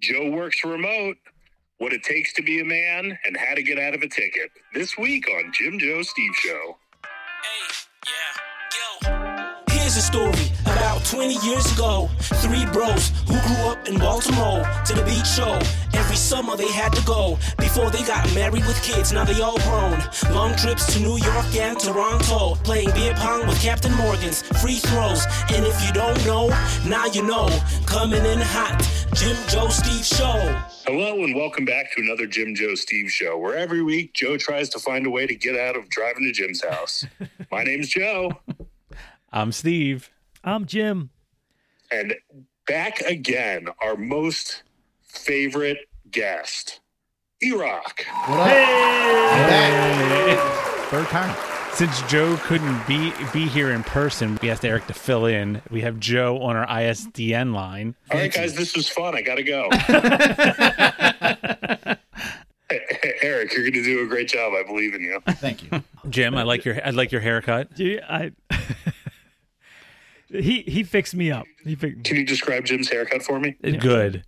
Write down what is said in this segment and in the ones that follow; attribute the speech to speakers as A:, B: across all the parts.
A: Joe works remote, what it takes to be a man, and how to get out of a ticket. This week on Jim Joe Steve Show.
B: Hey, yeah, yo. Here's a story about 20 years ago. Three bros who grew up in Baltimore to the beach show. Every summer they had to go before they got married with kids. Now they all grown. Long trips to New York and Toronto, playing beer pong with Captain Morgan's free throws. And if you don't know, now you know. Coming in hot, Jim Joe Steve Show.
A: Hello and welcome back to another Jim Joe Steve show, where every week Joe tries to find a way to get out of driving to Jim's house. My name's Joe,
C: I'm Steve.
D: I'm Jim.
A: and back again, our most favorite guest, E Rock.
E: What up? I'm back. Third time.
C: Since Joe couldn't be be here in person, we asked Eric to fill in. We have Joe on our ISDN line.
A: All right, guys, this was fun. I gotta go. Eric, you're gonna do a great job. I believe in you.
E: Thank you.
C: Jim, I like your I like your haircut.
D: Dude, I he he fixed me up. He fixed
A: Can you describe Jim's haircut for me?
C: Good.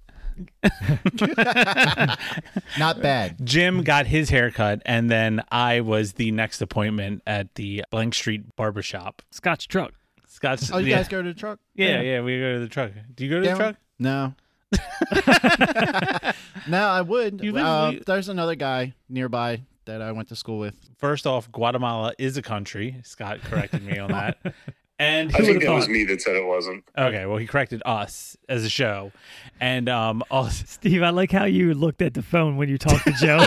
E: Not bad.
C: Jim got his haircut, and then I was the next appointment at the Blank Street Barbershop.
D: Scotch truck.
C: Scott's.
E: Oh, you
C: yeah.
E: guys go to the truck?
C: Yeah, yeah, we go to the truck. Do you go to the
E: Down?
C: truck?
E: No. no, I would.
C: You live-
E: Uh,
C: you-
E: there's another guy nearby that I went to school with.
C: First off, Guatemala is a country. Scott corrected me on that. And
A: I
C: who
A: think
C: would've
A: that was
C: thought?
A: me that said it wasn't.
C: Okay, well, he corrected us as a show, and um, also,
D: Steve, I like how you looked at the phone when you talked to Joe.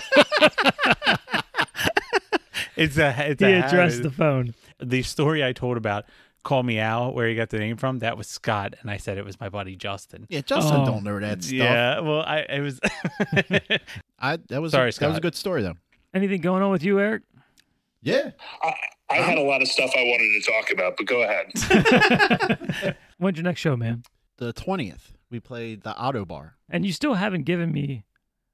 C: it's a it's
D: he
C: a
D: addressed
C: habit.
D: the phone.
C: the story I told about Call Me Out, where he got the name from, that was Scott, and I said it was my buddy Justin.
E: Yeah, Justin
D: Oh,
E: don't know that stuff.
C: Yeah, well, I it was.
E: I that was
C: Sorry,
E: a, that was a
C: Scott.
E: good story though.
D: Anything going on with you, Eric?
E: Yeah.
A: I, I had a lot of stuff I wanted to talk about, but go ahead.
D: When's your next show, man?
E: The twentieth, we played the Auto Bar.
D: And you still haven't given me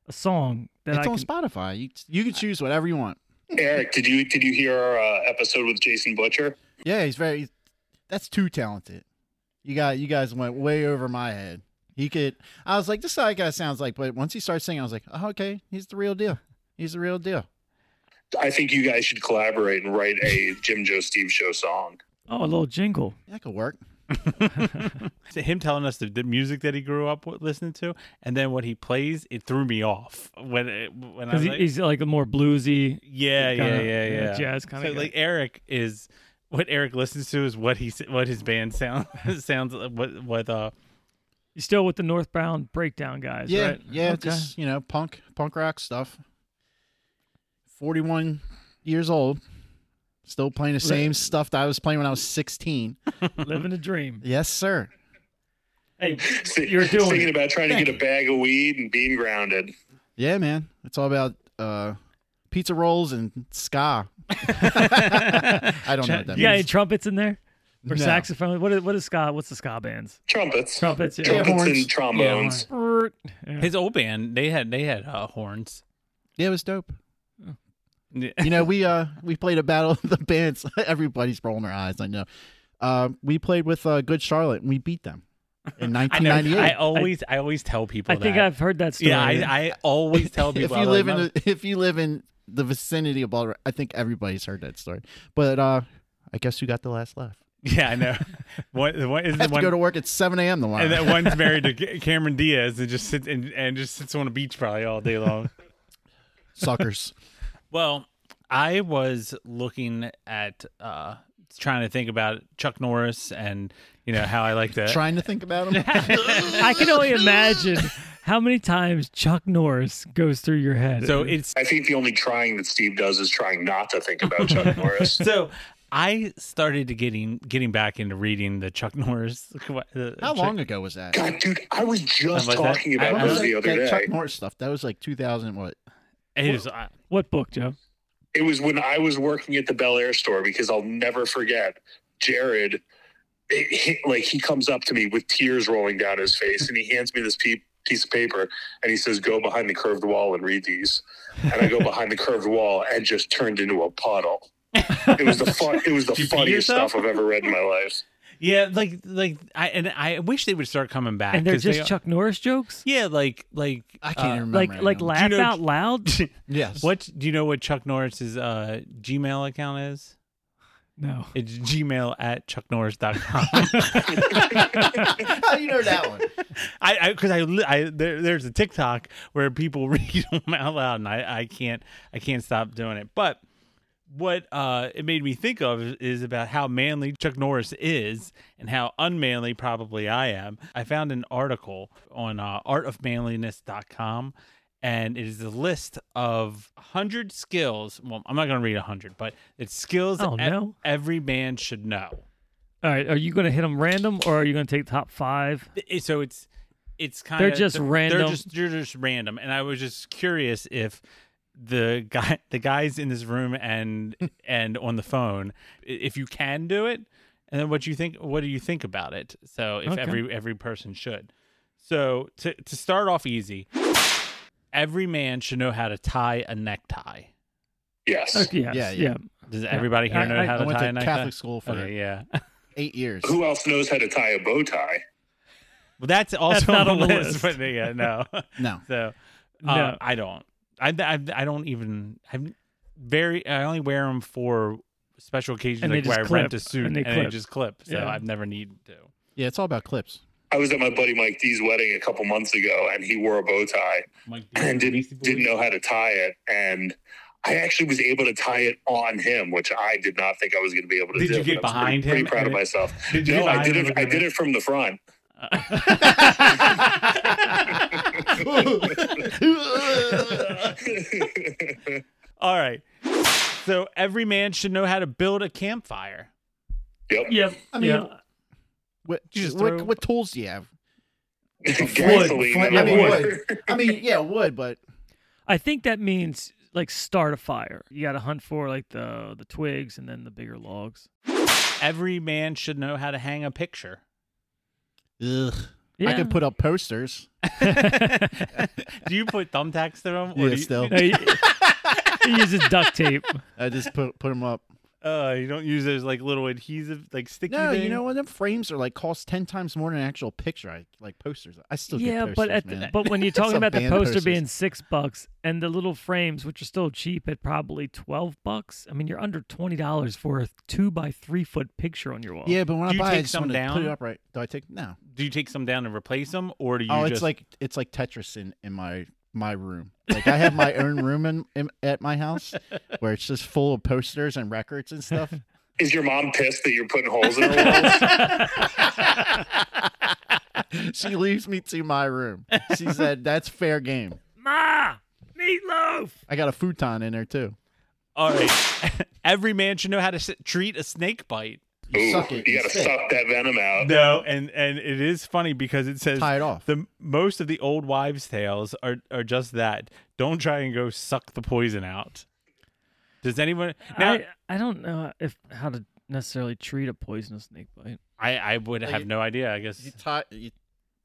D: a song that
E: it's
D: I
E: on
D: can.
E: Spotify. You you can choose whatever you want.
A: Eric, did you did you hear our uh, episode with Jason Butcher?
E: Yeah, he's very. That's too talented. You got you guys went way over my head. He could. I was like, this guy guy sounds like. But once he starts singing, I was like, oh, okay, he's the real deal. He's the real deal.
A: I think you guys should collaborate and write a Jim Joe Steve Show song.
D: Oh, a little jingle.
E: That could work.
C: him telling us the, the music that he grew up with, listening to, and then what he plays, it threw me off when it, when I
D: Because
C: was
D: he,
C: like,
D: he's like a more bluesy.
C: yeah, yeah,
D: kinda,
C: yeah,
D: you know,
C: yeah,
D: jazz kinda
C: So
D: guy.
C: like Eric is what Eric listens to is what he s- what his band sound sounds like, what what uh
D: You're still with the Northbound Breakdown guys,
E: Yeah,
D: right?
E: yeah,
D: Okay.
E: just you know, punk punk rock stuff. Forty-one years old, still playing the same stuff that I was playing when I was sixteen.
D: Living a dream.
E: yes, sir.
D: Hey,
A: Th-
D: You're doing
A: thinking
D: it.
A: about trying to
E: Thank
A: get a bag of weed and being grounded.
E: Yeah, man. It's all about uh, pizza rolls and ska. I don't know what that
D: you got any
E: means.
D: trumpets in there? Or
E: No.
D: saxophone? What is, what is ska? What's the ska bands?
A: Trumpets,
D: Trumpets, yeah.
A: trumpets,
E: horns.
A: and trombones.
D: Yeah.
C: his old band they had they had uh, horns.
E: Yeah, it was dope.
C: Yeah.
E: you know, we uh we played a battle of the bands. Everybody's rolling their eyes. I know. Uh, we played with uh, Good Charlotte and we beat them in
C: I, know, I
E: 1998.
C: always I, always tell people
D: I think
C: that.
D: I've heard that story.
C: yeah I, I always tell
E: if
C: people
E: you
C: I'm like,
E: live in
C: "Mother-
E: a, if you live in the vicinity of Baltimore, I think everybody's heard that story. But uh, I guess who got the last laugh?
C: Yeah, I know. One, one is
E: I
C: the
E: have to
C: one,
E: go to work at 7 a.m. tomorrow.
C: and that one's married to Ca- Cameron Diaz and just sits and, and just sits on a beach probably all day long.
E: Suckers.
C: well, I was looking at uh trying to think about Chuck Norris and you know how I like to
E: Trying to think about them.
D: I can only imagine how many times Chuck Norris goes through your head.
C: so it's
A: I think the only trying that Steve does is trying not to think about Chuck Norris.
C: so I started to getting getting back into reading the Chuck Norris. the
E: How
C: Chuck-
E: long ago was that?
A: God, dude, I was just
C: How about that?
A: talking
C: I
A: about
E: was
A: this the
E: that,
A: other
E: that
A: day.
E: Chuck Norris stuff. That was like 2000. What?
C: It was, uh,
D: what book, Joe?
A: It was when I was working at the Bel Air store because I'll never forget Jared. It hit, like he comes up to me with tears rolling down his face and he hands me this pe- piece of paper and he says, Go behind the curved wall and read these. And I go behind the curved wall and just turned into a puddle. It was the fun, it was the
C: Did you pee
A: funniest
C: yourself?
A: stuff I've ever read in my life.
C: Yeah, like like I and I wish they would start coming back.
D: and they're
C: 'cause
D: just
C: they-
D: Chuck Norris jokes.
C: Yeah, like Uh, like
E: I can't even remember.
D: Like
E: any
D: like
E: of them.
D: laugh
C: know-
D: out loud.
E: Yes.
C: What do you know? What Chuck Norris's uh, Gmail account is?
D: No,
C: It's Gmail at chucknorris.com.
E: How do you know that one?
C: I because I, li I there, there's a TikTok where people read them out loud, and I I can't I can't stop doing it. But what uh, it made me think of is about how manly Chuck Norris is, and how unmanly probably I am. I found an article on uh, artofmanliness.com. And it is a list of 100 skills. Well, I'm not going to read 100, but it's skills
D: Oh,
C: that
D: no.
C: every man should know.
D: All right, are you going to hit them random or are you going to take top five?
C: It- so it's it's kind
D: They're
C: of
D: just random.
C: They're just they're just random, and I was just curious if the guy the guys in this room and and on the phone i- if you can do it, and then what you think what do you think about it? So if
D: Okay.
C: every every person should. So to to start off easy, every man should know how to tie a necktie.
A: Yes.
D: Okay, yes,
E: Yeah,
D: yeah,
E: yeah.
C: Does everybody here
D: I-
C: know
D: I-
C: how
E: I
C: to
E: went
C: tie
E: to
C: a necktie?
E: Catholic school for
C: Okay, yeah.
E: eight years.
A: Who else knows how to tie a bow tie?
C: Well, that's also
D: not
C: on the
D: on the
C: list,
D: list.
C: but yeah, no.
E: No.
C: So, uh,
D: No.
C: I don't. I, I I don't even. I'm very. I only wear them for special occasions,
D: And they
C: like where I
D: just
C: rent a
D: clip,
C: suit and
D: and
C: they,
D: they clip.
C: just clip. So
D: Yeah.
C: I've never needed to.
E: Yeah, it's all about clips.
A: I was at my buddy Mike D's wedding a couple months ago, and he wore a bow tie and didn't didn't know how to tie it. And I actually was able to tie it on him, which I did not think I was going to be able to
C: Did
A: do.
C: you get
A: but I was
C: behind
A: pretty,
C: him
A: Pretty proud
C: and
A: of
C: it-
A: myself.
C: Did you
A: No,
C: get
A: I did
C: behind him
A: it. I
C: and
A: did it from the front.
C: All right. So every man should know how to build a campfire.
A: yep.
D: Yep.
E: I mean,
D: yeah.
E: What,
C: You just
E: what,
C: throw-
E: what tools do you have?
A: Gasoline.
E: I
D: Flint,
A: number
E: mean,
A: one.
E: wood. I mean, yeah, wood, but
D: I think that means like start a fire. You got to hunt for like the the twigs and then the bigger logs.
C: Every man should know how to hang a picture.
E: ugh. I
D: Yeah.
E: can put up posters.
C: do you put thumbtacks to them?
E: Yeah,
C: do you,
E: still.
D: No, he, he uses duct tape.
E: I just put put them up.
C: Uh, you don't use those like little adhesive, like sticky.
E: No,
C: thing?
E: you know what? Them frames are like cost ten times more than an actual picture. I like posters. I still
D: yeah,
E: get posters,
D: but at
E: man.
D: the, but when you're talking
E: Some
D: about the
E: band
D: poster
E: posters.
D: being six bucks and the little frames, which are still cheap at probably twelve bucks, I mean you're under twenty dollars for a two by three foot picture on your wall.
E: yeah, but when
C: Do
E: I
C: you
E: buy, it,
C: take
E: I just
C: some
E: want to
C: down?
E: put it up right. Do I take no?
C: Do you take some down and replace them, or do you?
E: oh,
C: just...
E: it's like it's like Tetris in in my my room. Like I have my own room in, in at my house where it's just full of posters and records and stuff.
A: Is your mom pissed that you're putting holes in her walls?
E: she leaves me to my room. She said that's fair game.
D: Ma, meatloaf.
E: I got a futon in there too.
C: all right. Every man should know how to s- treat a snake bite.
A: Ooh,
E: You suck it.
A: you got to
E: sit.
A: suck that venom out.
C: No, and and it is funny because it says
E: Tie it off.
C: the most of the old wives' tales are are just that. Don't try and go suck the poison out. Does anyone now?
D: I, I don't know if how to necessarily treat a poisonous snake bite.
C: I, I would
E: Like,
C: have no idea. I
E: You
C: guess
E: tie you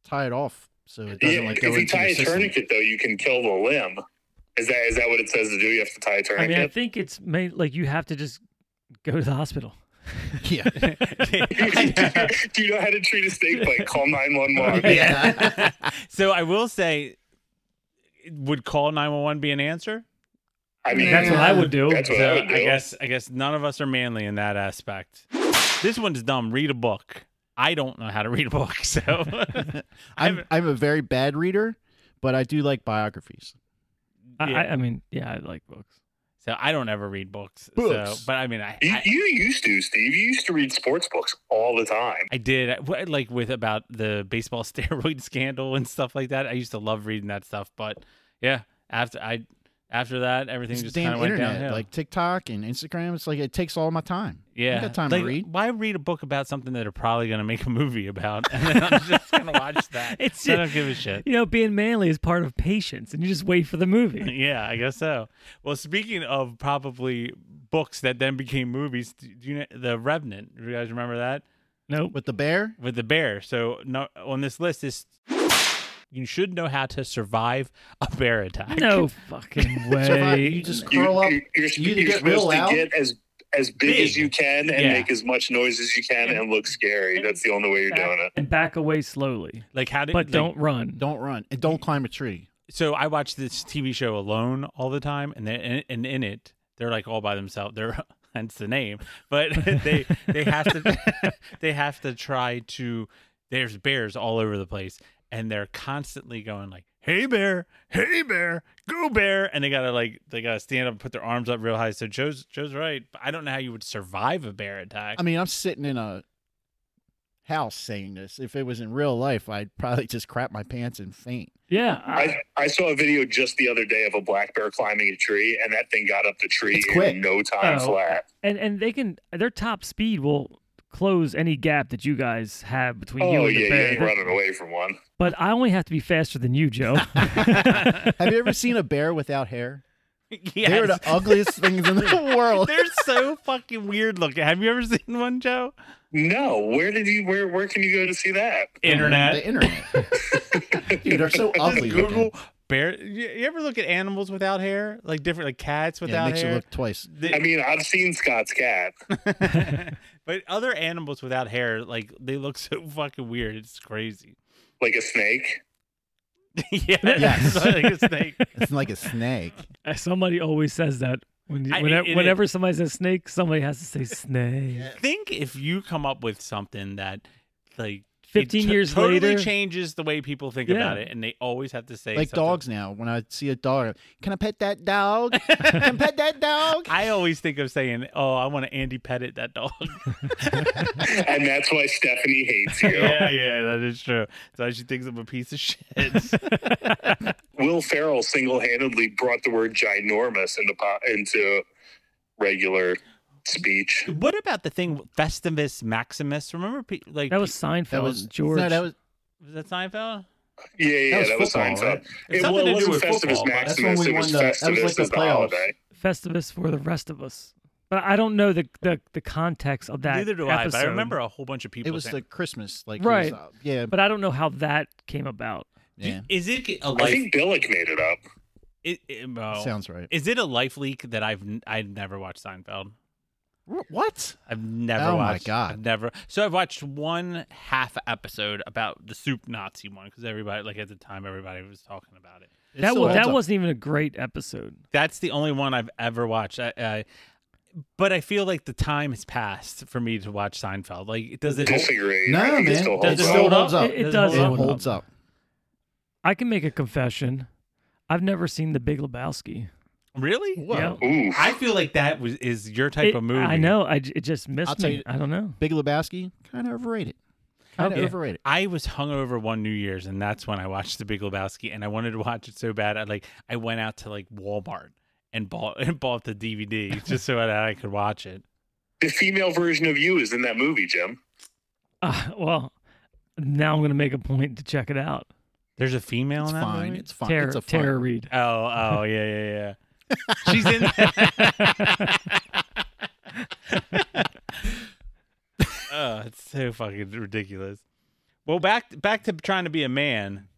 E: tie it off so it doesn't
A: Yeah,
E: like go
A: if you
E: into
A: tie
E: your
A: a
E: system.
A: tourniquet, though, you can kill the limb. Is that is that what it says to do? You have to tie a
D: I
A: tourniquet.
D: mean, I think it's made like you have to just go to the hospital.
E: Yeah.
A: do you know how to treat a snake bite? Call nine one one.
E: yeah.
C: so. I will say, would call nine one one be an answer?
A: I mean,
D: That's what I would do.
A: That's what I
C: So
A: would do.
C: I guess I guess none of us are manly in that aspect. This one's dumb. Read a book. I don't know how to read a book, so
E: I'm I'm a very bad reader, but I do like biographies.
D: I,
C: Yeah.
D: I, I mean, yeah, I like books.
C: so I don't ever read books.
E: Books.
C: So, but I mean, I,
A: You,
C: I
A: you used to, Steve. You used to read sports books all the time.
C: I did I- like with about the baseball steroid scandal and stuff like that. I used to love reading that stuff, but yeah, after I after that everything
E: It's
C: just kind
E: damn
C: of went
E: internet,
C: downhill.
E: like TikTok and Instagram. It's like it takes all my time. I
C: yeah,
E: ain't got time
C: Like,
E: to read.
C: Why read a book about something that are probably gonna make a movie about, and then I'm just gonna watch that?
D: It's
C: I don't give a shit.
D: You know, being manly is part of patience, and you just wait for the movie.
C: yeah, I guess so. Well, speaking of probably books that then became movies, do do you know The Revenant? Do you guys remember that
D: Nope.
E: With the bear,
C: with the bear? So no, on this list is you should know how to survive a bear attack.
D: No fucking way.
E: Survive- you just
A: You,
E: curl up.
A: you, you're,
E: You either
A: you're
E: get real
A: supposed to
E: loud.
A: get as as big,
C: Big.
A: as you can and
C: Yeah.
A: make as much noise as you can and look scary. That's the only way you're doing it.
D: and back away slowly,
C: Like how did
D: but
C: like,
D: don't run.
E: Don't run and don't climb a tree.
C: so I watch this TV show alone all the time, and they and in it they're like all by themselves. They're hence the name, but they they have to they have to try to. There's bears all over the place, and they're constantly going like, "Hey bear, hey bear, go bear!" And they gotta like they gotta stand up, and put their arms up real high. So Joe's Joe's right. I don't know how you would survive a bear attack.
E: I mean, I'm sitting in a house saying this. If it was in real life, I'd probably just crap my pants and faint.
D: Yeah, I,
A: I, I saw a video just the other day of a black bear climbing a tree, and that thing got up the tree
E: It's quick.
A: in no time
D: Oh.
A: flat.
D: and and they can their top speed will close any gap that you guys have between you
A: Oh
D: and the
A: yeah, you
D: bear.
A: ain't running away from one.
D: But I only have to be faster than you, Joe.
E: Have you ever seen a bear without hair?
C: Yes.
E: They're the ugliest things in the world.
C: They're so fucking weird looking. Have you ever seen one, Joe?
A: No, where did you? Where where can you go to see that?
E: The internet. Dude, they're so
C: Just
E: ugly.
C: Google
E: looking.
C: bear. You, you ever look at animals without hair, like different, like cats
E: Yeah, it
C: without
E: makes you
C: hair?
E: look twice.
C: They-
A: I mean, I've seen Scott's cat.
C: but other animals without hair, like they look so fucking weird. It's crazy.
A: like a snake.
C: yeah,
E: Yes.
C: like a snake.
E: It's like a snake.
D: somebody always says that when you,
C: I-
D: whenever,
C: it- it-
D: whenever somebody says snake, somebody has to say snake.
C: Think if you come up with something that, like. it
D: 15
C: to-
D: years
C: totally
D: later-
C: changes the way people think
D: Yeah.
C: about it, and they always have to say
E: Like
C: something.
E: dogs now. When I see a dog, can I pet that dog? Can I pet that dog?
C: I always think of saying, "Oh, I want to Andy Pettit that dog."
A: and that's why Stephanie hates you.
C: yeah, yeah, that is true. So she thinks I'm a piece of shit.
A: Will Ferrell single-handedly brought the word ginormous into po- into regular speech.
C: what about the thing Festivus Maximus? Remember, pe- like
D: That was Seinfeld.
E: That was
D: George.
E: No, that was
C: was that Seinfeld?
A: Yeah, yeah,
E: That
A: that
E: was
A: was, Seinfeld.
E: football, right?
A: It,
C: Something
A: well,
C: to
A: it
C: do
A: wasn't
C: with
A: Festivus
C: football, but
E: that's when
A: Maximus.
E: we
A: It was
E: won the- that was
A: Festivus
E: like the
A: as the
E: playoffs.
A: holiday.
D: Festivus for the rest of us. But I don't know the the, the context of that.
C: Neither do I. But I
D: episode.
C: remember a whole bunch of people.
E: it was
C: saying,
E: the Christmas like
D: Right.
E: It was, uh, yeah,
D: But I don't know how that came about.
C: Do-
E: yeah.
C: Is it a
A: I
C: life?
A: think Billick made it up.
C: it, it- well,
E: Sounds right.
C: Is it a life leak that I've n- I've never watched Seinfeld?
E: What?
C: I've never
E: Oh my
C: watched.
E: God.
C: I've never. So I've watched one half episode about the soup Nazi one because everybody, like at the time, everybody was talking about it.
D: that was, that wasn't even a great episode.
C: That's the only one I've ever watched. I, I, but I feel like the time has passed for me to watch Seinfeld. Like, does it?
A: Disagree.
E: No,
A: I think it
E: man.
A: still
E: That
A: holds
E: just
A: up.
E: still holds up.
D: It, it does.
E: It
D: hold up.
E: holds up.
D: I can make a confession. I've never seen The Big Lebowski.
C: Really?
E: Whoa.
D: Yeah.
A: Ooh,
C: I feel like that was is your type
D: It-
C: of movie.
D: I know. I j- it just
E: I'll
D: missed
E: tell
D: me.
E: you-
D: I don't know.
E: Big Lebowski, kind of overrated. Kind of
D: Okay.
E: overrated.
C: I was hungover one New Year's, and that's when I watched The Big Lebowski, and I wanted to watch it so bad. I like I went out to like Walmart and bought and bought the DVD just so that I could watch it.
A: the female version of you is in that movie, Jim.
D: Uh, well, now I'm going to make a point to check it out.
C: There's a female
E: It's
C: in that
E: fine.
C: movie?
E: It's fine.
D: Tara,
E: it's a fine.
D: Tara Reed.
C: Oh, oh, yeah, yeah, yeah. She's in. oh, it's so fucking ridiculous. Well, back back to trying to be a man.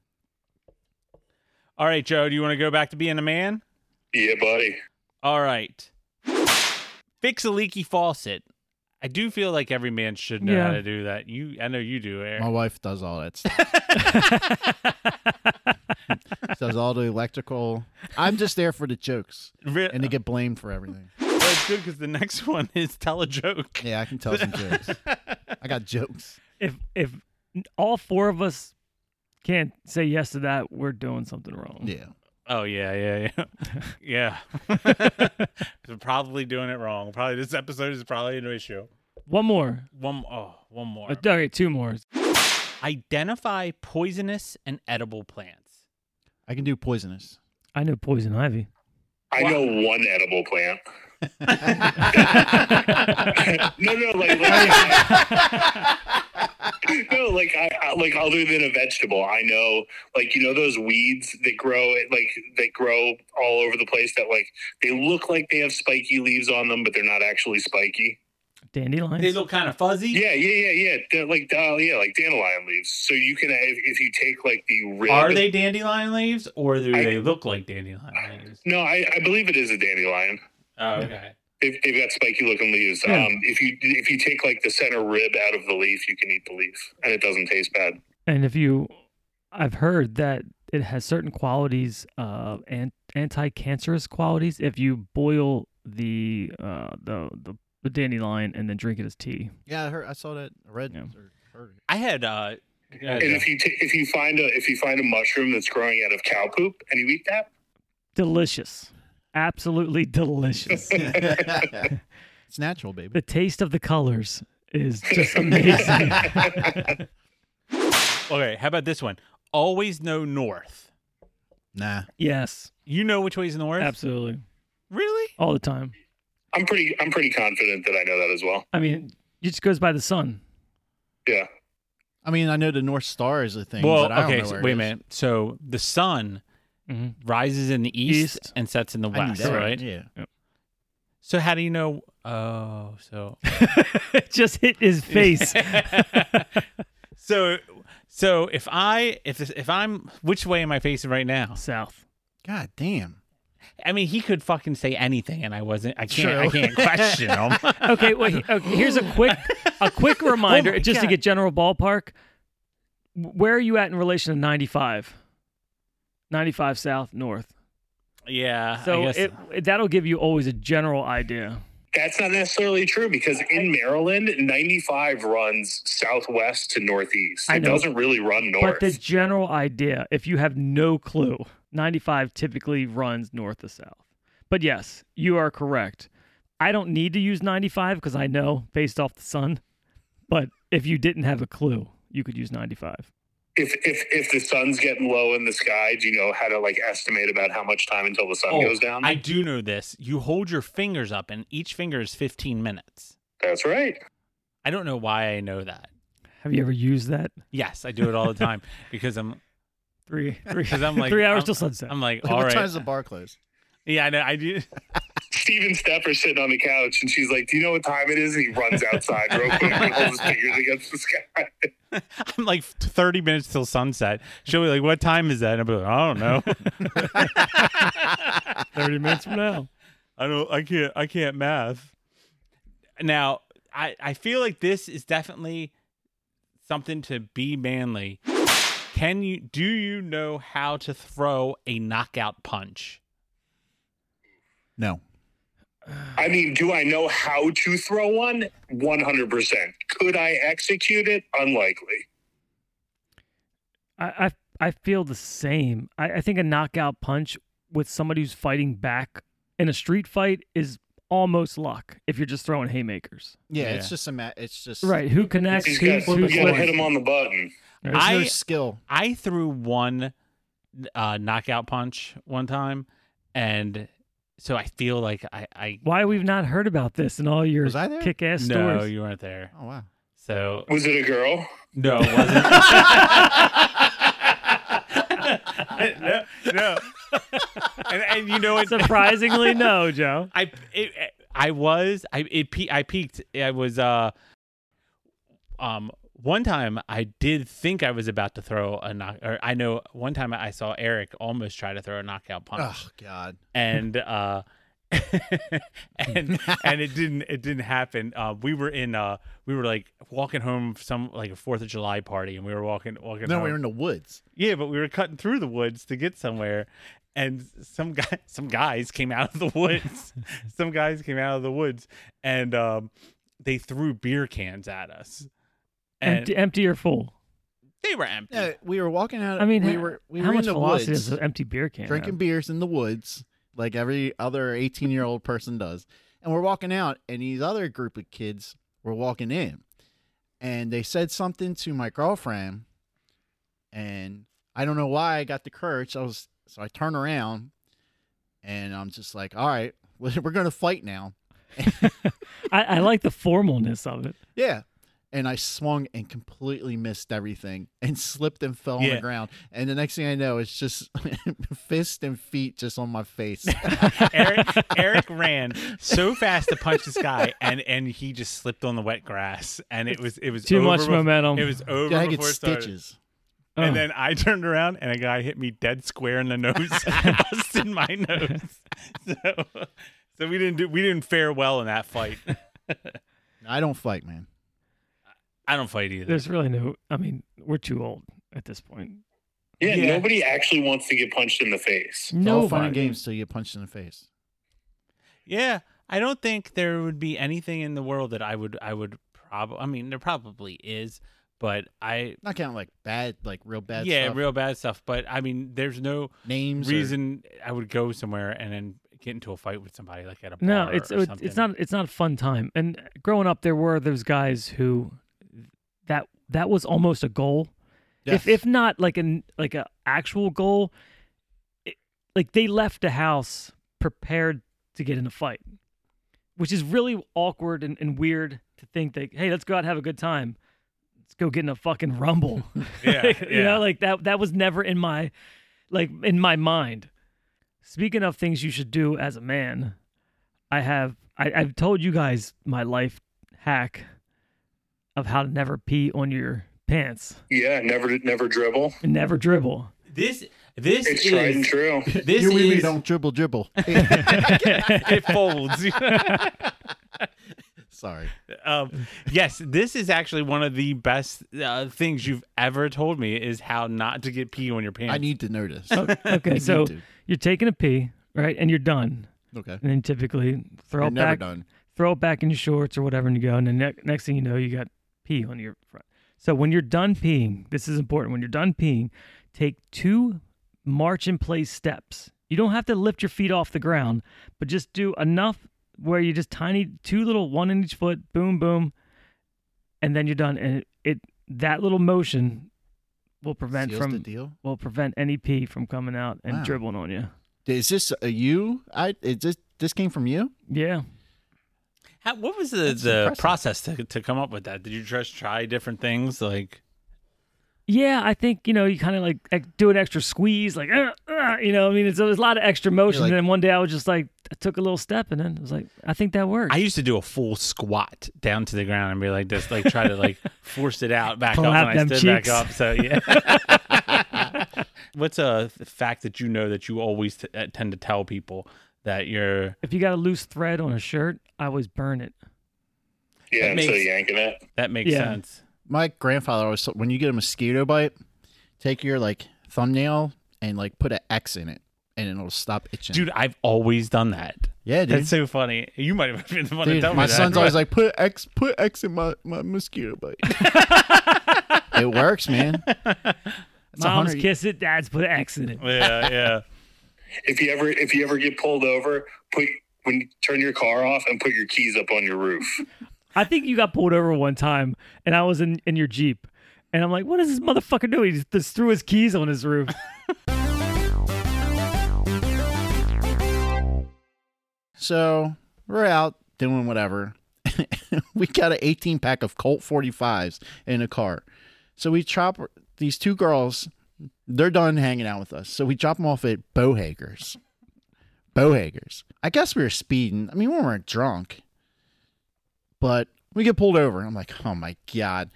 C: All right, Joe, do you want to go back to being a man?
A: Yeah, buddy.
C: All right. Fix a leaky faucet. I do feel like every man should know how
D: Yeah.
C: to do that. You, I know you do,
E: My
C: Eric.
E: wife does all that stuff. She does all the electrical. I'm just there for the jokes
C: Re-
E: and to get blamed for everything.
C: That's good because the next one is tell a joke.
E: Yeah, I can tell some jokes. I got jokes.
D: If if all four of us can't say yes to that, we're doing something wrong.
E: Yeah.
C: Oh yeah, yeah, yeah, yeah. We're probably doing it wrong. Probably this episode is probably an issue.
D: One more.
C: One, oh, one more.
D: Uh, Okay, two more.
C: Identify poisonous and edible plants.
E: I can do poisonous.
D: I know poison ivy.
A: I know one edible plant. no, no, like, like no, like I, I like other than a vegetable, I know like you know those weeds that grow like that grow all over the place that like they look like they have spiky leaves on them, but they're not actually spiky.
D: Dandelions.
C: They look kind of fuzzy.
A: Yeah, yeah, yeah, yeah. They're like uh, yeah, like dandelion leaves. So you can if, if you take like the rib.
C: Are they dandelion leaves or do
A: I-
C: they look like dandelion leaves?
A: No, I, I believe it is a dandelion.
C: Oh, okay.
A: If they've got spiky looking leaves.
E: Yeah.
A: Um, if you if you take like the center rib out of the leaf, you can eat the leaf, and it doesn't taste bad.
D: And if you, I've heard that it has certain qualities, uh, an- anti-cancerous qualities. If you boil the uh the the, the dandelion and then drink it as tea.
E: Yeah, I heard. I saw that red.
D: Yeah.
E: Or, heard it.
C: I had uh, yeah,
A: And if you ta if you find a if you find a mushroom that's growing out of cow poop and you eat that,
D: Delicious, absolutely delicious.
E: it's natural, baby.
D: the taste of the colors is just amazing.
C: okay, how about this one? Always know north.
E: Nah.
D: yes,
C: You know which way's north?
D: absolutely,
C: Really?
D: all the time.
A: I'm pretty I'm pretty confident that I know that as well.
D: I mean, it just goes by the sun.
A: Yeah.
E: I mean, I know the North Star is a thing.
C: well,
E: but I don't
C: okay.
E: know
C: so-
E: where it
C: wait a
E: is.
C: minute. So the sun
D: Mhm.
C: rises in the east,
D: East.
C: and sets in the
E: I knew
C: west,
E: that.
C: right?
E: Yeah.
C: So how do you know? Oh, so
D: it just hit his face.
C: so so if I if this, if I'm which way am I facing right now?
D: South.
E: God damn.
C: I mean, he could fucking say anything, and I wasn't. I can't. I can't question him.
D: okay, well, he- okay, here's a quick a quick reminder
C: Oh my
D: just to
C: God.
D: get general ballpark. Where are you at in relation to 95? 95 south, north.
C: yeah. I
D: So
C: guess.
D: it, that'll give you always a general idea.
A: That's not necessarily true because in Maryland, 95 runs southwest to northeast.
D: I
A: It
D: know.
A: doesn't really run north.
D: But the general idea, if you have no clue, 95 typically runs north to south. But yes, you are correct. I don't need to use 95 because I know based off the sun. But if you didn't have a clue, you could use 95.
A: if, if if the sun's getting low in the sky, do you know how to like estimate about how much time until the sun
C: Oh,
A: goes down?
C: I do know this. You hold your fingers up, and each finger is 15 minutes.
A: That's right.
C: I don't know why I know that.
D: Have you ever used that?
C: Yes, I do it all the time because I'm
D: Three, three,
C: because I'm like
D: three hours
C: I'm-
D: till sunset.
C: I'm like,
E: Like,
C: all
E: what
C: right.
E: time's the bar close?
C: yeah, I know. I do.
A: Steven Stepper's sitting on the couch and she's like, Do you know what time it is? And he runs outside real quick and holds his fingers against the sky.
C: I'm like 30 minutes till sunset. She'll be like, "What time is that?" And I'll be like, "I don't know.
D: 30 minutes from now.
C: I don't. I can't. I can't math." Now, I I feel like this is definitely something to be manly. Can you do you know how to throw a knockout punch?
E: No.
A: I mean, do I know how to throw one? 100%. Could I execute it? Unlikely.
D: I, I I feel the same. I, I think a knockout punch with somebody who's fighting back in a street fight is almost luck if you're just throwing haymakers.
E: Yeah,
C: Yeah.
E: it's just a ma- It's just
D: Right. Who connects?
A: He's
D: Who's,
A: got, you
D: who's
A: gotta
D: going?
A: hit him on the button.
D: There's
E: There's
C: I
E: no skill.
C: I threw one uh, knockout punch one time, and so I feel like I I
D: Why we've not heard about this in all your
E: Was I there?
D: kick ass
C: no
D: stories?
C: you weren't there.
E: Oh wow.
C: So
A: Was it a girl?
C: No, it wasn't. no, no. And, and you know what?
D: Surprisingly, no, Joe.
C: I it, I was I it pe- I peaked. I was uh um one time I did think I was about to throw a knock or I know one time I saw Eric almost try to throw a knockout punch
E: Oh god.
C: and uh and and it didn't it didn't happen uh we were in uh we were like walking home from some like a fourth of july party and we were walking walking
E: No,
C: home.
E: we were in the woods.
C: yeah but we were cutting through the woods to get somewhere and some guy some guys came out of the woods some guys came out of the woods and um they threw beer cans at us and
D: Empty, empty or full?
C: they were empty
E: Yeah, we were walking out.
D: I mean,
E: we
D: how-
E: were we
D: how
E: were
D: much
E: in the
D: velocity
E: woods,
D: does an empty beer can?
E: drinking
D: have?
E: beers in the woods, like every other eighteen-year-old person does. And we're walking out, and these other group of kids were walking in, and they said something to my girlfriend, and I don't know why I got the courage. I was so I turn around, and I'm just like, all right, we're gonna fight now.
D: I, I like the formalness of it.
E: Yeah. And I swung and completely missed everything and slipped and fell on
C: Yeah.
E: the ground. And the next thing I know, it's just fist and feet just on my face.
C: Eric, Eric ran so fast to punch this guy, and and he just slipped on the wet grass, and it was it was
D: Too
C: over
D: much
C: bef-
D: momentum.
C: It was over
E: Did I get
C: before it started.
E: stitches?
D: Ugh.
C: And then I turned around, and a guy hit me dead square in the nose and busted my nose. So, So we didn't do we didn't fare well in that fight.
E: I don't fight, man.
C: I don't fight either.
D: There's really no. I mean, we're too old at this point.
A: Yeah,
C: Yeah.
A: nobody actually wants to get punched in the face.
E: It's
D: No
E: all fun and games till you get punched in the face.
C: Yeah, I don't think there would be anything in the world that I would I would probably. I mean, there probably is, but I
E: Not counting like bad, like real bad.
C: yeah,
E: stuff,
C: real bad stuff. But I mean, there's no
E: names. or-
C: reason I would go somewhere and then get into a fight with somebody like at a bar
D: No, it's
C: or
D: it,
C: something.
D: it's not it's not a fun time. And growing up, there were those guys who that that was almost a goal.
E: Yes.
D: If if not like an like a actual goal, it, like they left the house prepared to get in a fight, which is really awkward and, and weird to think that hey, let's go out and have a good time. Let's go get in a fucking rumble.
C: Yeah,
D: you know, like that that was never in my like in my mind. Speaking of things you should do as a man, I have I, I've told you guys my life hack of how to never pee on your pants
A: Yeah, never never dribble.
D: and never dribble.
C: this this
A: It's
C: is
A: tried and true.
C: this
E: you really
C: is
E: don't dribble, dribble.
C: it folds.
E: Sorry.
C: um, yes, this is actually one of the best uh, things you've ever told me is how not to get pee on your pants.
E: I need to know this.
D: Okay,
E: need
D: so
E: to.
D: you're taking a pee, right? And you're done.
E: Okay.
D: And then typically throw
E: You're
D: it
E: never
D: back
E: done.
D: throw it back in your shorts or whatever and you go and the ne- next thing you know you got pee on your front so when you're done peeing this is important when you're done peeing take two march in place steps you don't have to lift your feet off the ground but just do enough where you just tiny two little one in each foot boom boom and then you're done and it, it that little motion will prevent
E: Seals the
D: from
E: deal.
D: will prevent any pee from coming out and
E: Wow.
D: dribbling on you
E: Is this a you? I is this this came from you?
D: yeah
C: How, what was the,
E: That's
C: the
E: impressive.
C: process to, to come up with that? Did you just try different things? Like,
D: Yeah, I think you know you kind of like ex- do an extra squeeze, like uh, uh, you know. I mean, it's, there's a lot of extra motion.
E: like-
D: and then one day I was just like, I took a little step, and then I was like, I think that worked.
C: I used to do a full squat down to the ground and be like this, like try to like force it out back
D: Pull
C: up
D: out
C: when I
D: them
C: stood
D: cheeks.
C: back up. So yeah. What's a th- fact that you know that you always t- uh, tend to tell people that you're
D: if you got a loose thread on a shirt, I always burn it.
A: Yeah,
C: That
A: instead of
C: makes-
A: yanking it.
C: that makes
D: Yeah.
C: sense?
E: My grandfather always told- when you get a mosquito bite, take your like thumbnail and like put an X in it, and it'll stop itching.
C: Dude, I've always done that.
E: yeah, dude.
C: That's so funny. You might have been the one that
E: Dude,
C: told
E: my
C: me that.
E: son's always like, put X, put X in my, my mosquito bite. it works, man. It's a
D: Moms
E: hundred-
D: kiss it, dads put an X in it.
C: yeah, yeah.
A: If you ever if you ever get pulled over, put when you turn your car off and put your keys up on your roof.
D: I think you got pulled over one time, and I was in in your jeep, and I'm like, what is this motherfucker doing? He just, just threw his keys on his roof.
E: So we're out doing whatever. we got an 18 pack of Colt 45s in a car. So we chop these two girls. They're done hanging out with us. So we drop them off at Bohagers. Bohagers. I guess we were speeding. I mean, we weren't drunk, but we get pulled over. I'm like, oh my God.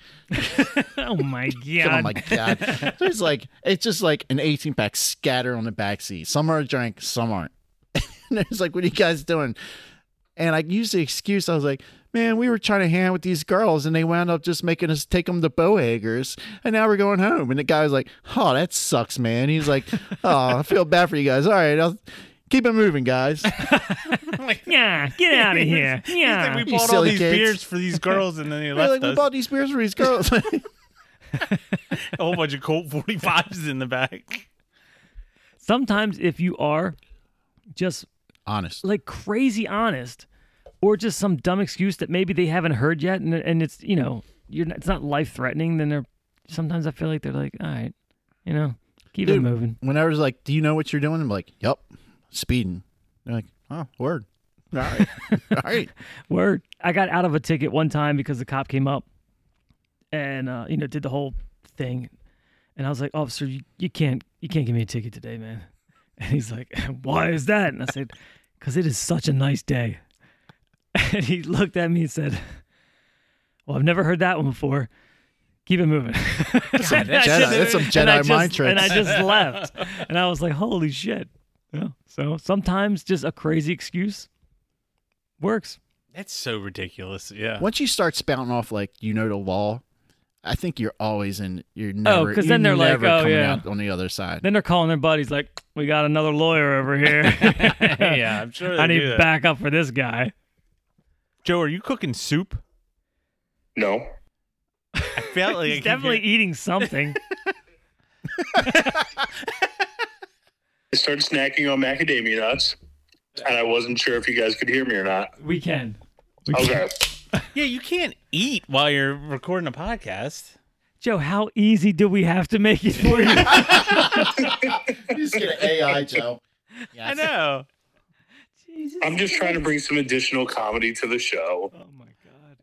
D: oh my god!
E: Oh my god! There's like it's just like an 18 pack scatter on the backseat. Some are drunk, some aren't. and it's like, what are you guys doing? And I used the excuse. I was like, man, we were trying to hang out with these girls, and they wound up just making us take them to Bohagers, and now we're going home. And the guy was like, oh, that sucks, man. He's like, oh, I feel bad for you guys. All right, I'll keep it moving, guys.
D: Yeah, get out of here.
C: He's like,
D: Yeah,
C: we
E: You
C: bought all
E: silly
C: these
E: kids."
C: beers for these girls, and then they
E: We're
C: left
E: like, we
C: us
E: bought these beers for these girls.
C: a whole bunch of Colt 45s in the back.
D: sometimes if you are just
E: Honest.
D: like crazy honest or just some dumb excuse that maybe they haven't heard yet and, and it's you know you're not, it's not life threatening then they're sometimes i feel like they're like all right you know keep it
E: Dude.
D: moving
E: whenever it's like, "Do you know what you're doing?" I'm like, "Yep, speeding." They're like, "Oh, word." All right, all right.
D: word i got out of a ticket one time because the cop came up and uh, you know did the whole thing and i was like officer you, you can't you can't give me a ticket today man and he's like why is that and i said because it is such a nice day and he looked at me and said well i've never heard that one before keep it moving God,
C: that's Jedi- that's some
E: Jedi mind tricks.
D: and i just left and i was like holy shit you know, so sometimes just a crazy excuse Works.
C: That's so ridiculous. Yeah.
E: Once you start spouting off like you know the law, I think you're always in. You're never.
D: Oh, 'cause
E: you're
D: then they're like,
E: never
D: "Oh,
E: coming
D: yeah."
E: out on the other side.
D: Then they're calling their buddies like, "We got another lawyer over here.
C: yeah, I'm sure.
D: I
C: they
D: need
C: do that.
D: backup for this guy."
C: Joe, are you cooking soup?
A: No.
C: I felt like I
D: He's
C: could hear-
D: definitely eating something.
A: I started snacking on macadamia nuts, and I wasn't sure if you guys could hear me or not.
D: we can.
A: Okay.
C: Yeah, you can't eat while you're recording a podcast.
D: Joe, how easy do we have to make it for you?
E: just get an AI Joe.
C: I know.
D: Jesus.
A: I'm just trying to bring some additional comedy to the show.
D: Oh my god.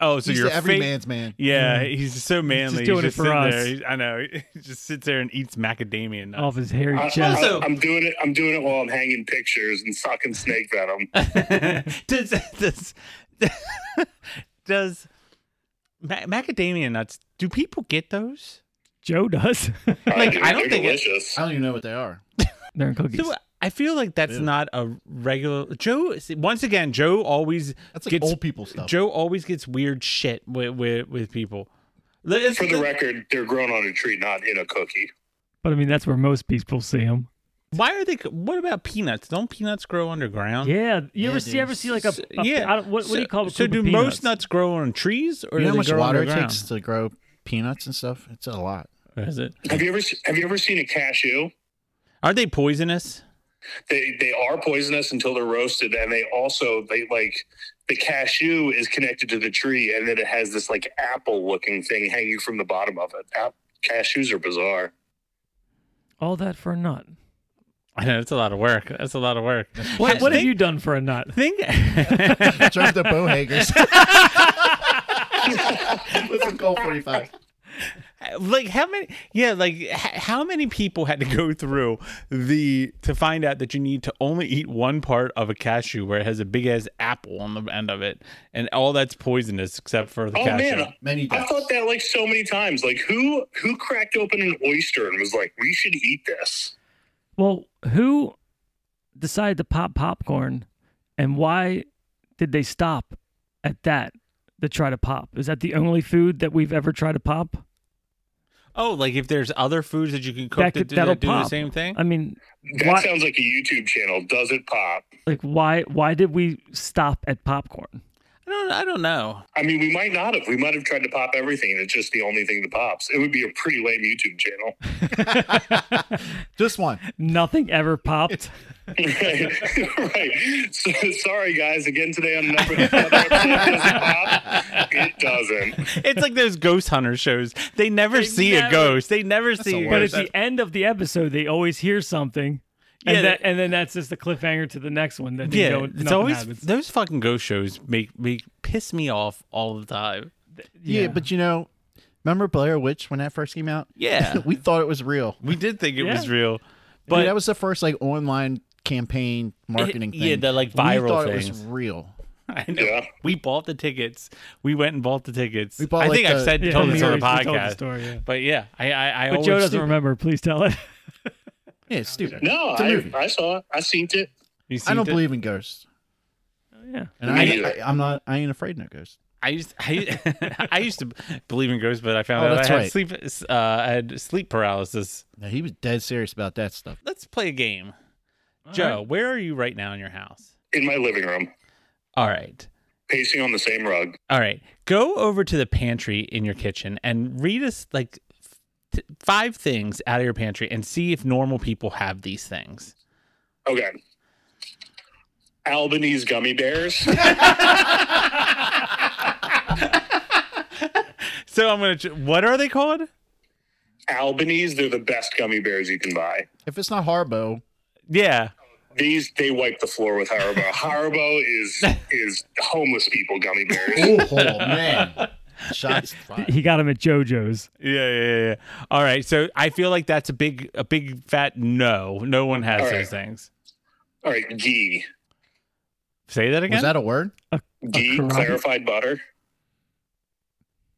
C: Oh, so
E: He's
C: you're
E: the Mm. every
C: fake-
E: man's man.
C: Yeah, he's so manly.
D: doing it for
C: sitting
D: us.
C: There. He's- I know. He just sits there and eats macadamia nuts.
D: Off his hairy
A: I,
D: chest.
A: am doing it. I'm doing it while I'm hanging pictures and sucking snake venom.
C: does does does ma- macadamia nuts? Do people get those?
D: Joe does.
A: like
C: I don't think it-
A: delicious.
E: I don't even know what they are.
D: They're in cookies.
C: So uh, I feel like that's
E: Yeah.
C: not a regular Joe. see, Once again, Joe always
E: That's like
C: gets
E: old people stuff.
C: Joe always gets weird shit with with, with people. Let's-
A: For the record, they're grown on a tree, not in a cookie.
D: but I mean, that's where most people see him.
C: why are they? What about peanuts? Don't peanuts grow underground?
D: Yeah. You
E: Yeah,
D: ever see?
E: dude.
D: Ever see like a? a-
C: yeah.
D: I don't- what, what do you call it?
C: So do most nuts grow on trees, or
E: you
C: do
E: know how
C: they
E: much
C: grow
E: water it
C: underground?
E: takes to grow peanuts and stuff? It's a lot.
C: Is it?
A: Have you ever se- Have you ever seen a cashew?
C: Are they poisonous?
A: They they are poisonous until they're roasted, and they also they like the cashew is connected to the tree, and then it has this like apple looking thing hanging from the bottom of it. App- cashews are bizarre.
D: All that for a nut.
C: I know that's a lot of work. That's a lot of work.
D: What, what have
C: think,
D: you done for a nut?
C: think?
E: Drove the Bohagers. Listen, call 45.
C: like how many? Yeah, like h- how many people had to go through the to find out that you need to only eat one part of a cashew where it has a big ass apple on the end of it, and all that's poisonous except for the
A: Oh
C: cashew.
A: man,
E: Many
A: I
E: deaths.
A: thought that like so many times. Like who who cracked open an oyster and was like, "We should eat this."
D: Well, who decided to pop popcorn, and why did they stop at that to try to pop? Is that the only food that we've ever tried to pop?
C: Oh, like if there's other foods that you can cook
D: That
C: that,
D: could-
C: do,
D: that'll
C: that do the
D: pop. Um,
C: same thing.
D: I mean,
A: That
D: why,
A: sounds like a YouTube channel. Does it pop?
D: like why why did we stop at popcorn?
C: I don't. I don't know.
A: I mean, we might not have. We might have tried to pop everything, and it's just the only thing that pops. It would be a pretty lame YouTube channel.
E: Just one.
D: Nothing ever popped.
A: right. right. So, sorry, guys. Again today on another another episode of Does It Pop? It doesn't.
C: It's like those ghost hunter shows. They never see
D: never-
C: a ghost. They never
E: the
C: see. A
E: worst.
D: but at
C: ghost.
D: the end of the episode, they always hear something. And,
C: Yeah,
D: that,
C: that-
D: and then that's just the cliffhanger to the next one. That they
C: yeah,
D: go,
C: it's
D: nothing
C: always
D: happens.
C: those fucking ghost shows make make piss me off all the time.
E: Yeah. but you know, remember Blair Witch when that first came out?
C: Yeah,
E: we thought it was real.
C: we did think it
D: Yeah.
C: was real,
E: But
C: but
E: that was the first like online campaign marketing thing.
C: Yeah, the, like, viral
E: we thought it
C: things.
E: was real.
C: I know
A: Yeah.
C: we bought the tickets. We went and bought the tickets.
E: We bought,
C: I
E: like,
C: think I've
E: the-
C: said
D: Yeah,
C: told
D: we
C: this on the
D: already told the
C: podcast,
D: story, yeah.
C: but yeah, I I, I
D: But
C: always
D: Joe doesn't remember. Please tell it.
E: Yeah, it's stupid.
A: No,
E: It's a
A: I,
E: movie.
A: I saw it. I seen it.
C: You
E: I
C: seen
E: don't
C: it?
E: believe in ghosts.
D: yeah.
E: And
A: Me
E: I,
A: neither.
E: I, am not. I ain't afraid of no ghosts.
C: I used I, I used to believe in ghosts, but I found
E: Oh,
C: out I
E: that's
C: had
E: right.
C: sleep uh, I had sleep paralysis.
E: No, he was dead serious about that stuff.
C: Let's play a game. Joe, where are you right now in your house?
A: in my living room,
C: All right.
A: pacing on the same rug.
C: All right. Go over to the pantry in your kitchen and read us like f- t- five things out of your pantry and see if normal people have these things.
A: Okay. Albanese gummy bears.
C: So I'm going to, what are they called?
A: Albanese, they're the best gummy bears you can buy.
E: If it's not Harbo,
C: Yeah.
A: These they wipe the floor with Haribo. Haribo is is homeless people gummy bears.
E: oh, man, shots fired.
D: He got him at JoJo's.
C: Yeah, yeah, yeah. All right. So I feel like that's a big, a big fat no. No one has
A: All right.
C: those things.
A: All right, ghee,
C: Say that again.
E: Was that a word?
A: ghee,
D: karate-
A: clarified butter.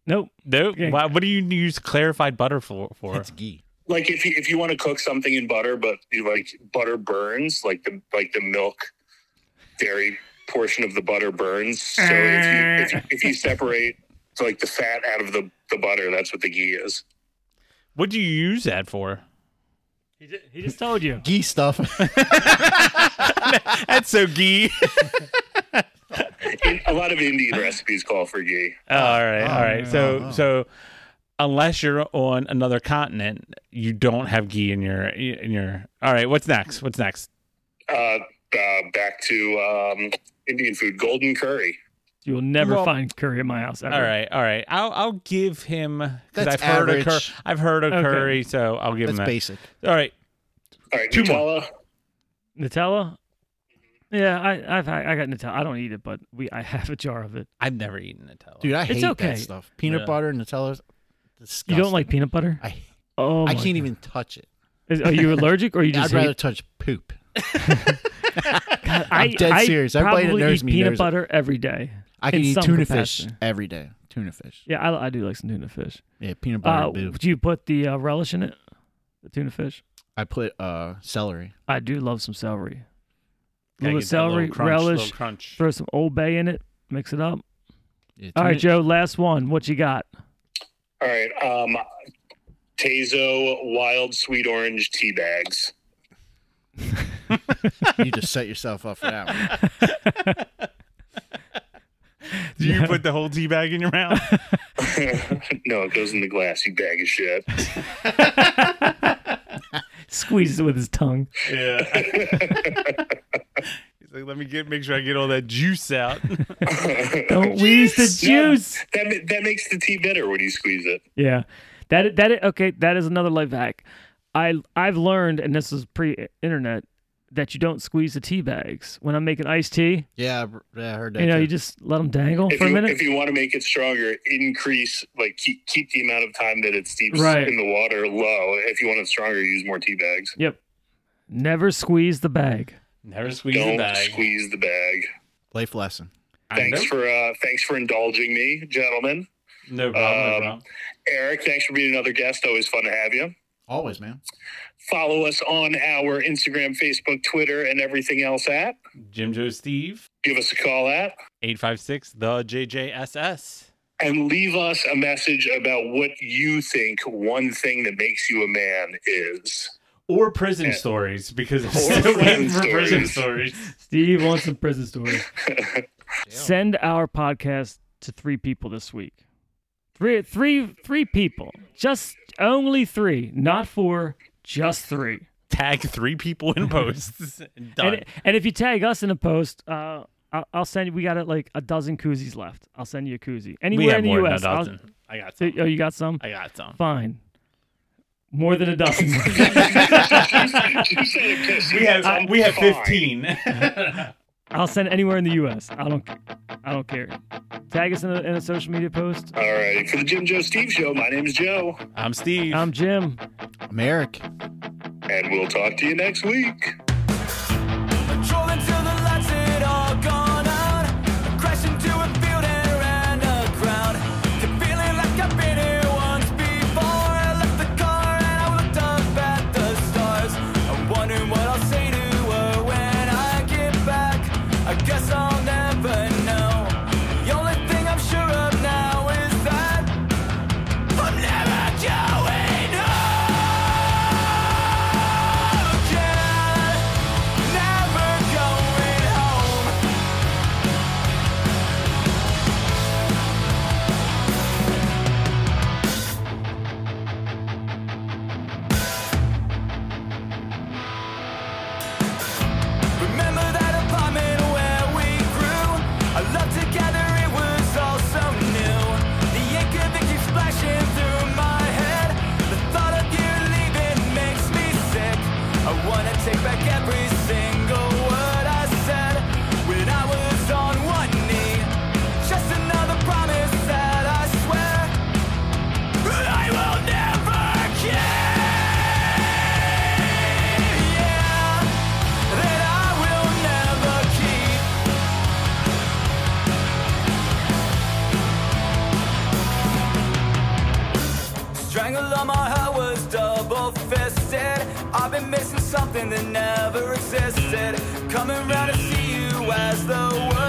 D: Nope.
C: no.
D: Yeah.
C: Why, what do you use clarified butter for? for?
E: That's ghee.
A: Like if you if you want to cook something in butter, but you like butter burns, like the like the milk dairy portion of the butter burns. So if you, if you, if you separate like the fat out of the, the butter, that's what the ghee is.
C: What do you use that for?
D: He just, he just told you.
E: Gee stuff.
C: That's so gee.
A: In, a lot of Indian recipes call for ghee.
C: all right, all right.
E: yeah,
C: so
E: oh.
C: so unless you're on another continent, you don't have ghee in your in your. All right, what's next? What's next?
A: Uh, uh, back to um, Indian food, golden curry.
D: You will never
C: Well-
D: find curry at my house ever.
C: All right, all right. I'll I'll give him because
E: That's
C: I've heard of curry.
E: average.
C: I've heard of
D: Okay.
C: curry, so I'll give
E: That's
C: him that.
E: basic.
C: All right,
A: All right,
C: Two
A: Nutella.
D: Nutella.
E: Mm-hmm.
D: Yeah, I I've, had- I got Nutella. I don't eat it, but we I have a jar of it.
C: I've never eaten Nutella.
E: Dude, I
D: It's
E: hate
D: okay.
E: that stuff. Peanut
C: Yeah.
E: butter, Nutella.
D: You
E: Disgusting.
D: don't like peanut butter?
E: I
D: oh, my
E: I can't
D: God.
E: even touch it.
D: Is- are you allergic or you just
E: I'd rather
D: hate?
E: touch poop.
D: God,
E: I'm
D: I-
E: dead
D: I
E: serious. Everybody that
D: probably
E: knows
D: eat
E: me
D: peanut
E: knows it.
D: butter every day.
E: I can
D: In
E: eat
D: some
E: tuna fish
D: capacity.
E: every day. Tuna fish.
D: Yeah, I, I do like some tuna fish.
E: Yeah, peanut butter.
D: Uh,
E: boo.
D: do you put the uh, relish in it? The tuna fish.
E: I put uh celery.
D: I do love some celery. A
C: Gotta
D: little
C: get that
D: celery,
C: crunch,
D: relish,
C: little crunch.
D: throw some Old Bay in it, mix it up.
E: Yeah,
D: All right,
E: tuna-
D: Joe, last one. What you got?
A: All right, um, Tezo wild sweet orange tea bags.
E: you just set yourself up for that one.
C: Do you put the whole tea bag in your mouth?
A: no, it goes in the glass. You bag of shit.
D: Squeezes it with his tongue.
C: yeah. He's like, let me get make sure I get all that juice out.
D: Don't wheeze the
A: No,
D: juice.
A: That ma- that makes the tea better when you squeeze it.
D: Yeah. That that okay, that is another life hack. I I've learned and this is pre-internet that you don't squeeze the tea bags when I'm making iced tea.
E: Yeah, I br- yeah, I heard that.
D: You know,
E: too.
D: you just let them dangle
A: If
D: for a
A: you
D: minute.
A: if you want to make it stronger, increase like keep keep the amount of time that it steeps
D: Right.
A: in the water low. If you want it stronger, use more tea bags.
D: Yep. Never squeeze the bag.
C: Never squeeze the
A: Don't
C: bag.
A: squeeze the bag.
E: Life lesson.
C: I
A: Thanks
C: know.
A: for uh, thanks for indulging me, gentlemen.
C: no problem. no
A: um,
C: problem.
A: Eric, thanks for being another guest. Always fun to have you.
E: Always, man.
A: Follow us on our Instagram, Facebook, Twitter, and everything else at.
C: Jim Joe Steve.
A: Give us a call at.
C: 856 the JJSS.
A: and leave us a message about what you think one thing that makes you a man is.
C: Or prison stories because I'm
A: Or
C: still
A: prison
C: waiting for prison
A: stories.
C: stories.
D: Steve wants some prison stories. Send our podcast to three people this week. Three, three, three people. Just only three, not four. Just three.
C: Tag three people in posts. Done.
D: And, and if you tag us in a post, uh, I'll, I'll send you. We got uh, like a dozen koozies left. I'll send you a koozie anywhere
C: we have
D: in the
C: more
D: U.S.
C: than a
D: I'll-
C: dozen. I got
D: So-
C: some.
D: oh, you got some?
C: I got some.
D: Fine. More than a dozen.
A: we
C: We have we have 15.
D: I'll send anywhere in the U.S. I don't. I don't care. Tag us in a, in a social media post.
A: All right. For the Jim Joe Steve Show, my name is Joe,
C: I'm Steve.
D: I'm Jim.
E: I'm Eric.
A: and we'll talk to you next week.
B: Patrol until the lights had all gone out. I crashed into a field and ran aground. Kept feeling like I've been here once before. I left the car and I looked up at the stars. I'm wondering what I'll say to her when I get back. I guess I'll never know. The only thing I'm sure of now is that I'm never going home. Yeah. Never going home. Remember that apartment where we grew? Our love together, it was all so new. The ache of it keeps flashing through my head. The thought of you leaving makes me sick. I wanna take back every single word I said when I was on one knee. Just another promise that I swear I will never keep. Yeah that I will never keep. Strangle on my heart was double fisted. I've been missing something that never existed. Coming round to see you
F: as the world.